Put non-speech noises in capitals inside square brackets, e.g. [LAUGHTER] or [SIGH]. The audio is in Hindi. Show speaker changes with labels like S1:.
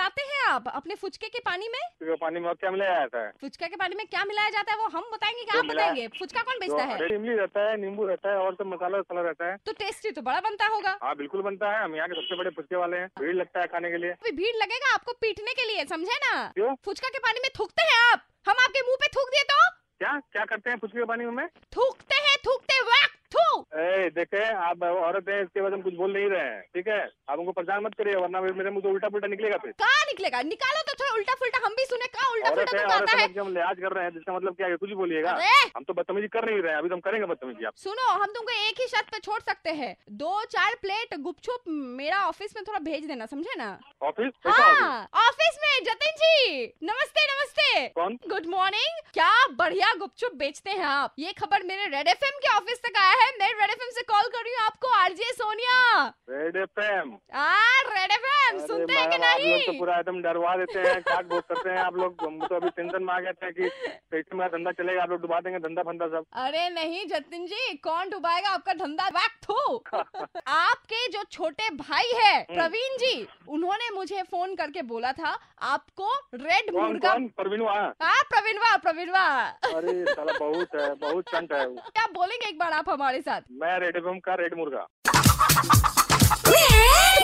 S1: आप अपने फुचके के पानी में
S2: जो पानी में और क्या मिलाया जाता है
S1: फुचका के पानी में क्या मिलाया जाता है वो हम बताएंगे कि
S2: जो
S1: आप
S2: मिलाया-
S1: बताएंगे फुचका कौन
S2: जो
S1: बेचता है
S2: हरे तो इमली रहता है नींबू रहता है और सब मसाला वसाला रहता है
S1: तो टेस्टी तो बड़ा बनता होगा
S2: हाँ बिल्कुल बनता है हम यहाँ के सबसे बड़े फुचके वाले हैं भीड़ लगता है खाने के लिए
S1: अभी भीड़ लगेगा आपको पीटने के लिए समझे ना
S2: क्यों?
S1: फुचका के पानी में थूकते हैं आप हम आपके मुंह पे थूक दिए तो
S2: क्या क्या करते हैं फुचके के पानी में
S1: थूकते हैं थूकते वक्त थूक
S2: ए देखे आप औरत हैं इसके बाद हम कुछ बोल नहीं रहे हैं ठीक है आप हमको परेशान मत करिए वरना फिर मेरे मुंह से उल्टा पुल्टा निकलेगा फिर
S1: कहाँ निकलेगा निकालो तो थोड़ा उल्टा फुल्टा हम भी सुने कहाँ उल्टा
S2: औरत
S1: फुल्टा
S2: है
S1: तुमको
S2: औरत
S1: आता
S2: है
S1: है
S2: हम जो हम लिहाज कर रहे हैं तो जिसका मतलब क्या है कुछ भी बोलिएगा
S1: अरे
S2: हम तो बदतमीजी कर नहीं रहे हैं अभी तो हम करेंगे बदतमीजी आप
S1: सुनो हम तुमको एक ही शर्त पे छोड़ सकते हैं दो चार प्लेट गुपचुप मेरा ऑफिस में थोड़ा भेज देना समझे ना
S2: ऑफिस कैसा ऑफिस
S1: हाँ ऑफिस में जतिन जी नमस्ते नमस्ते
S2: कौन
S1: गुड मॉर्निंग क्या बढ़िया गुपचुप बेचते हैं आप ये खबर मेरे रेड एफ के ऑफिस तक आया है मैं रेड एफ से कॉल कर रही हूँ आपको RJ Sonia
S2: red F M
S1: आ रेड एफ सुनते हैं कि
S2: आप लोग तो
S1: नहीं
S2: पूरा एकदम डरवा देते हैं काट बोल करते हैं आप लोग हम तो अभी टेंशन में आ गए थे कि पेटीएम का धंधा चलेगा आप लोग डुबा देंगे धंधा फंदा सब
S1: अरे नहीं जतिन जी कौन डुबाएगा आपका धंधा वैक
S2: [LAUGHS]
S1: थू आपके जो छोटे भाई है
S2: हम्म।
S1: प्रवीण जी उन्होंने मुझे फोन करके बोला था आपको रेड
S2: कौन
S1: मुर्गा
S2: कौन परवीन वहाँ
S1: हाँ प्रवीणवा प्रवीणवा [LAUGHS]
S2: अरे साला बहुत है बहुत चंट है वो।
S1: क्या बोलेंगे एक बार आप हमारे साथ
S2: मैं रेड एफ का रेड मुर्गा
S3: Red